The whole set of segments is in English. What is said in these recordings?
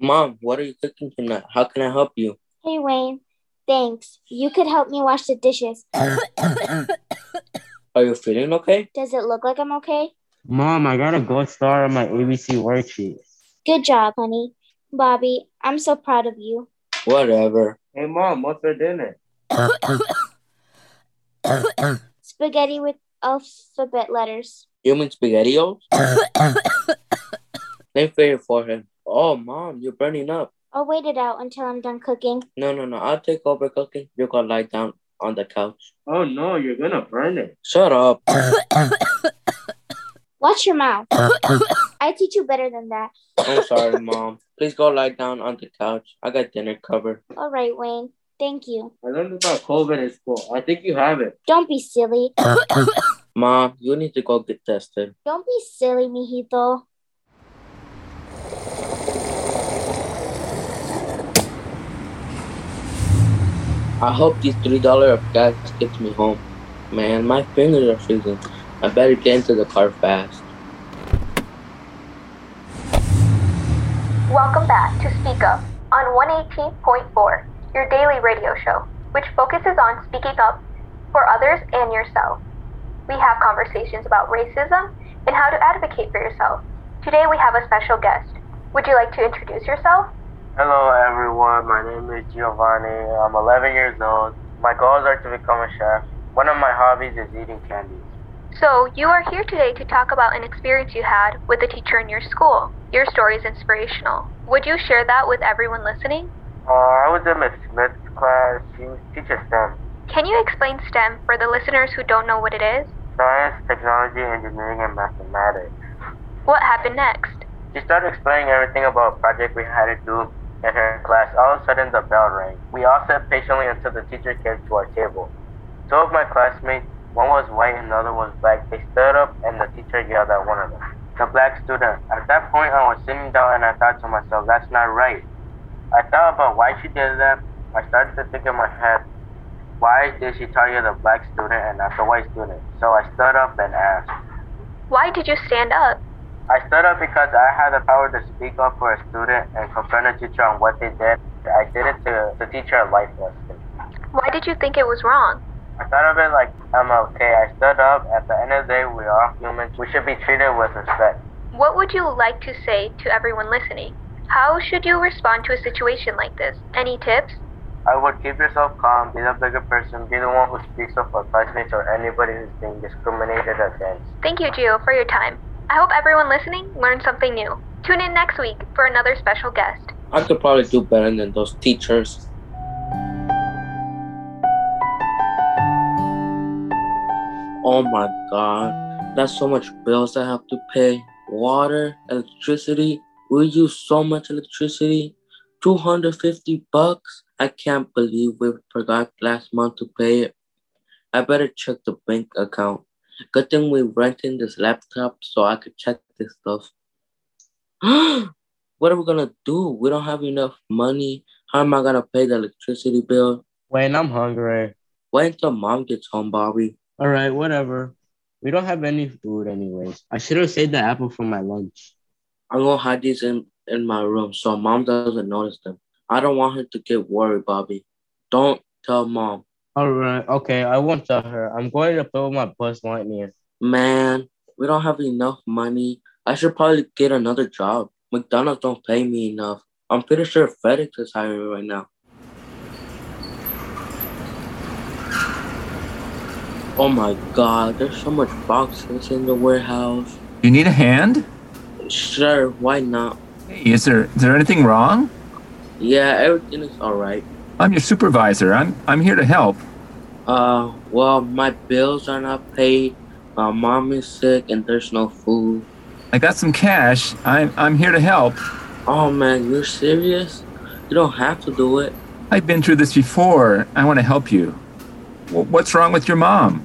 Mom, what are you cooking tonight? How can I help you? Hey, Wayne. Thanks. You could help me wash the dishes. Are you feeling okay? Does it look like I'm okay? Mom, I got a gold star on my ABC worksheet. Good job, honey. Bobby, I'm so proud of you. Whatever. Hey, Mom, what's for dinner? Spaghetti with alphabet letters. You mean spaghettios? Then for your forehead. Oh, Mom, you're burning up. I'll wait it out until I'm done cooking. No, no, no. I'll take over cooking. You can lie down on the couch. Oh no, you're gonna burn it. Shut up. Watch your mouth. I teach you better than that. I'm sorry, Mom. Please go lie down on the couch. I got dinner covered. All right, Wayne. Thank you. I learned about COVID in school. I think you have it. Don't be silly. Mom, you need to go get tested. Don't be silly, mijito. I hope this three dollar of gas gets me home. Man, my fingers are freezing. I better get into the car fast. Welcome back to Speak Up on 118.4, your daily radio show, which focuses on speaking up for others and yourself. We have conversations about racism and how to advocate for yourself. Today we have a special guest. Would you like to introduce yourself? Hello everyone, my name is Giovanni. I'm 11 years old. My goals are to become a chef. One of my hobbies is eating candies. So, you are here today to talk about an experience you had with a teacher in your school. Your story is inspirational. Would you share that with everyone listening? Uh, I was in Miss Smith's class. She teaches STEM, Can you explain STEM for the listeners who don't know what it is? science, technology, engineering, and mathematics. What happened next? She started explaining everything about a project we had to do in her class. All of a sudden, the bell rang. We all sat patiently until the teacher came to our table. Two of my classmates, one was white and the other was black, they stood up and the teacher yelled at one of them, the black student. At that point, I was sitting down and I thought to myself, that's not right. I thought about why she did that. I started to think in my head, why did she target the black student and not the white student? So I stood up and asked. Why did you stand up? I stood up because I had the power to speak up for a student and confront a teacher on what they did. I did it to the teacher a life lesson. Why did you think it was wrong? I thought of it like I'm okay. I stood up. At the end of the day, we are humans. We should be treated with respect. What would you like to say to everyone listening? How should you respond to a situation like this? Any tips? I would keep yourself calm, be the bigger person, be the one who speaks up for classmates or anybody who's being discriminated against. Thank you, Gio, for your time. I hope everyone listening learned something new. Tune in next week for another special guest. I could probably do better than those teachers. Oh my god, that's so much bills I have to pay. Water, electricity, we use so much electricity. 250 bucks? I can't believe we forgot last month to pay it. I better check the bank account. Good thing we renting this laptop so I could check this stuff. what are we gonna do? We don't have enough money. How am I gonna pay the electricity bill? Wayne, I'm hungry. Wait until mom gets home, Bobby. All right, whatever. We don't have any food, anyways. I should have saved the apple for my lunch. I'm gonna hide these in, in my room so mom doesn't notice them. I don't want her to get worried, Bobby. Don't tell mom. All right, okay. I won't tell her. I'm going to play with my Buzz Lightyear. Man, we don't have enough money. I should probably get another job. McDonald's don't pay me enough. I'm pretty sure FedEx is hiring right now. Oh my god, there's so much boxes in the warehouse. You need a hand? Sure, why not? Hey, is there is there anything wrong? Yeah, everything is alright. I'm your supervisor. I'm I'm here to help. Uh, well, my bills are not paid. My mom is sick and there's no food. I got some cash. I'm I'm here to help. Oh man, you're serious? You don't have to do it. I've been through this before. I want to help you. Wh- What's wrong with your mom?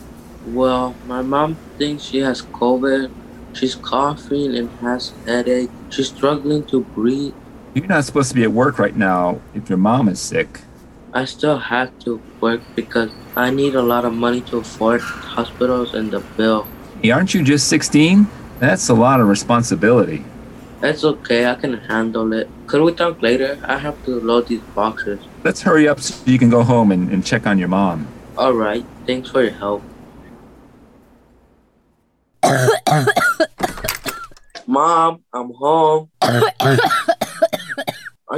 Well, my mom thinks she has COVID. She's coughing and has headache. She's struggling to breathe. You're not supposed to be at work right now if your mom is sick. I still have to work because I need a lot of money to afford hospitals and the bill. Hey, aren't you just 16? That's a lot of responsibility. It's okay, I can handle it. Could we talk later? I have to load these boxes. Let's hurry up so you can go home and, and check on your mom. Alright, thanks for your help. Mom, I'm home. Are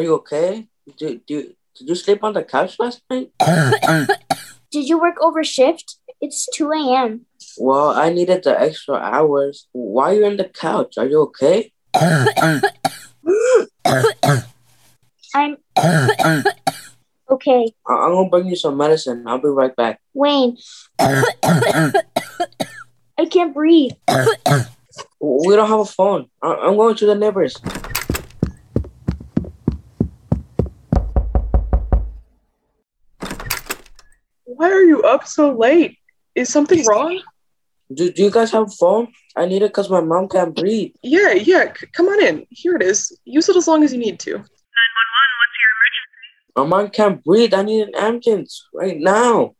you okay? Did, did, did you sleep on the couch last night? Did you work over shift? It's 2 a.m. Well, I needed the extra hours. Why are you on the couch? Are you okay? I'm okay. I- I'm gonna bring you some medicine. I'll be right back. Wayne, I can't breathe. We don't have a phone. I- I'm going to the neighbors. Why are you up so late? Is something wrong? Do, do you guys have a phone? I need it because my mom can't breathe. Yeah, yeah. C- come on in. Here it is. Use it as long as you need to. My mom can't breathe. I need an ambulance right now.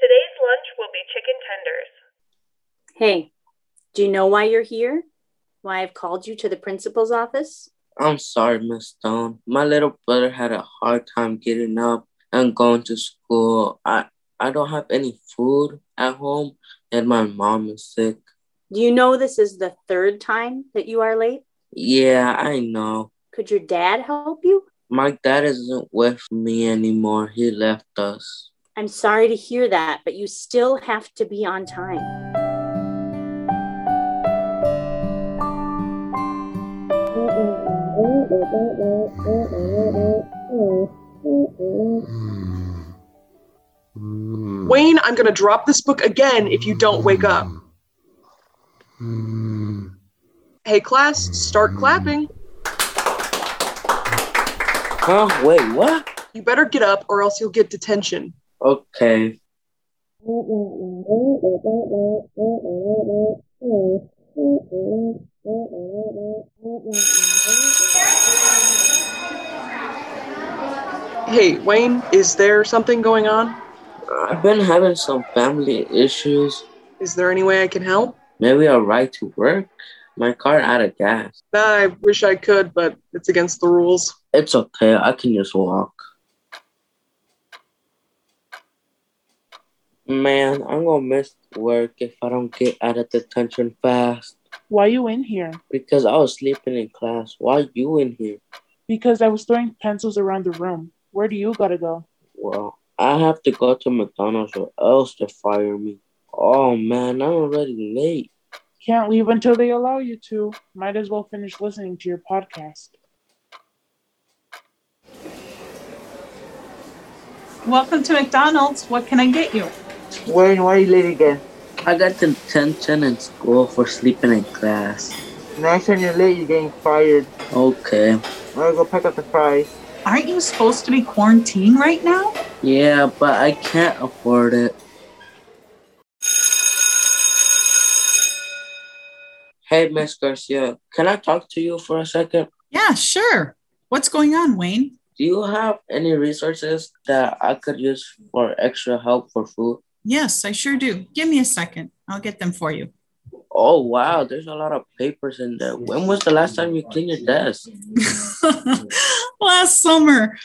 Today's lunch will be chicken tenders. Hey, do you know why you're here? Why I've called you to the principal's office? I'm sorry, Miss Stone. My little brother had a hard time getting up and going to school. I I don't have any food at home, and my mom is sick. Do you know this is the third time that you are late? Yeah, I know. Could your dad help you? My dad isn't with me anymore. He left us. I'm sorry to hear that, but you still have to be on time. Wayne, I'm gonna drop this book again if you don't wake up. Hey, class, start clapping. Huh? Wait, what? You better get up or else you'll get detention. Okay. Hey, Wayne, is there something going on? I've been having some family issues. Is there any way I can help? Maybe I'll ride to work. My car out of gas. I wish I could, but it's against the rules. It's okay. I can just walk. Man, I'm gonna miss work if I don't get out of detention fast. Why you in here? Because I was sleeping in class. Why you in here? Because I was throwing pencils around the room. Where do you gotta go? Well, I have to go to McDonald's or else they fire me. Oh man, I'm already late. Can't leave until they allow you to. Might as well finish listening to your podcast. Welcome to McDonald's. What can I get you? Wayne, why are you late again? I got detention in school for sleeping in class. Next time you're late, you're getting fired. Okay. I'm gonna go pick up the fries. Aren't you supposed to be quarantined right now? Yeah, but I can't afford it. Hey, Miss Garcia, can I talk to you for a second? Yeah, sure. What's going on, Wayne? Do you have any resources that I could use for extra help for food? Yes, I sure do. Give me a second. I'll get them for you. Oh, wow, there's a lot of papers in there. When was the last time you cleaned your desk? Last summer.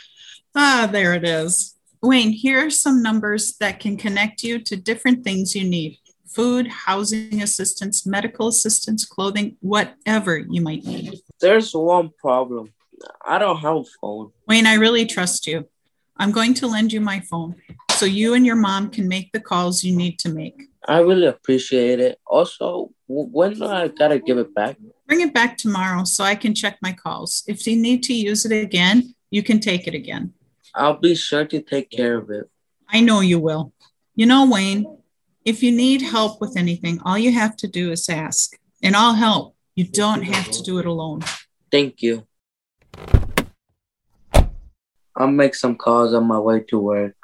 Ah, there it is. Wayne, here are some numbers that can connect you to different things you need food, housing assistance, medical assistance, clothing, whatever you might need. There's one problem. I don't have a phone. Wayne, I really trust you. I'm going to lend you my phone so you and your mom can make the calls you need to make. I really appreciate it. Also, w- when do I gotta give it back? Bring it back tomorrow so I can check my calls. If you need to use it again, you can take it again. I'll be sure to take care of it. I know you will. You know, Wayne, if you need help with anything, all you have to do is ask, and I'll help. You don't have to do it alone. Thank you. I'll make some calls on my way to work.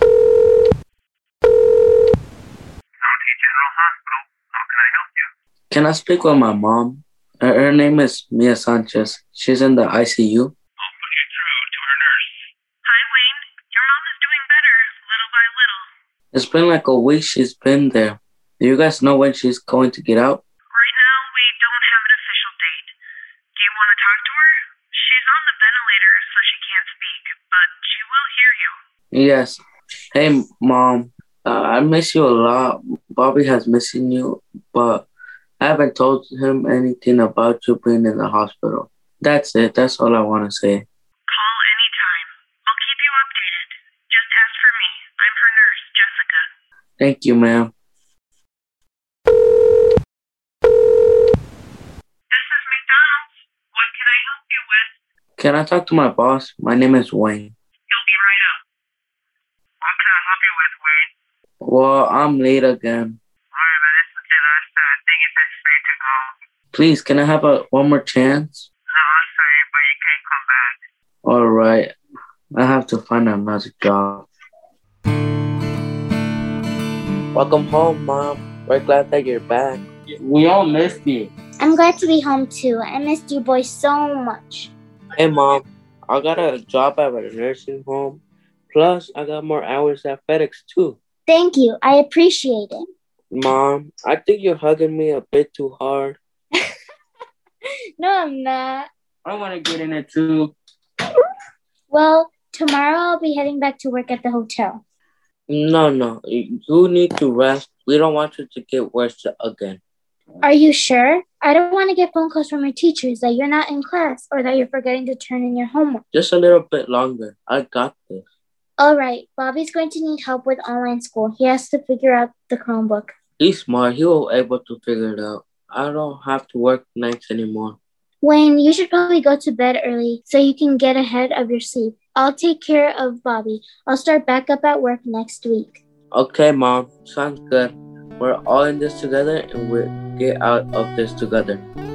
County General Hospital. How can I help you? Can I speak with my mom? Her, her name is Mia Sanchez. She's in the ICU. I'll put you through to her nurse. Hi, Wayne. Your mom is doing better. little. It's been like a week she's been there. Do you guys know when she's going to get out? Right now, we don't have an official date. Do you want to talk to her? She's on the ventilator, so she can't speak, but she will hear you. Yes. Hey, mom. Uh, I miss you a lot. Bobby has missing you, but I haven't told him anything about you being in the hospital. That's it. That's all I want to say. Call anytime. I'll keep you updated. Just ask for me. I'm her nurse, Jessica. Thank you, ma'am. This is McDonald's. What can I help you with? Can I talk to my boss? My name is Wayne. He'll be right up. What can I help you with, Wayne? Well, I'm late again. Alright, man, this is your last time. I think it's time for you to go. Please, can I have a one more chance? No, I'm sorry, but you can't come back. All right. I have to find another job. Welcome home, Mom. We're glad that you're back. We all missed you. I'm glad to be home too. I missed you boys so much. Hey, Mom. I got a job at a nursing home. Plus, I got more hours at FedEx, too. Thank you. I appreciate it. Mom, I think you're hugging me a bit too hard. No, I'm not. I want to get in it too. Well, tomorrow I'll be heading back to work at the hotel. No, no. You need to rest. We don't want you to get worse again. Are you sure? I don't want to get phone calls from your teachers that you're not in class or that you're forgetting to turn in your homework. Just a little bit longer. I got this. All right, Bobby's going to need help with online school. He has to figure out the Chromebook. He's smart. He will able to figure it out. I don't have to work nights anymore. Wayne, you should probably go to bed early so you can get ahead of your sleep. I'll take care of Bobby. I'll start back up at work next week. Okay, Mom. Sounds good. We're all in this together and we'll get out of this together.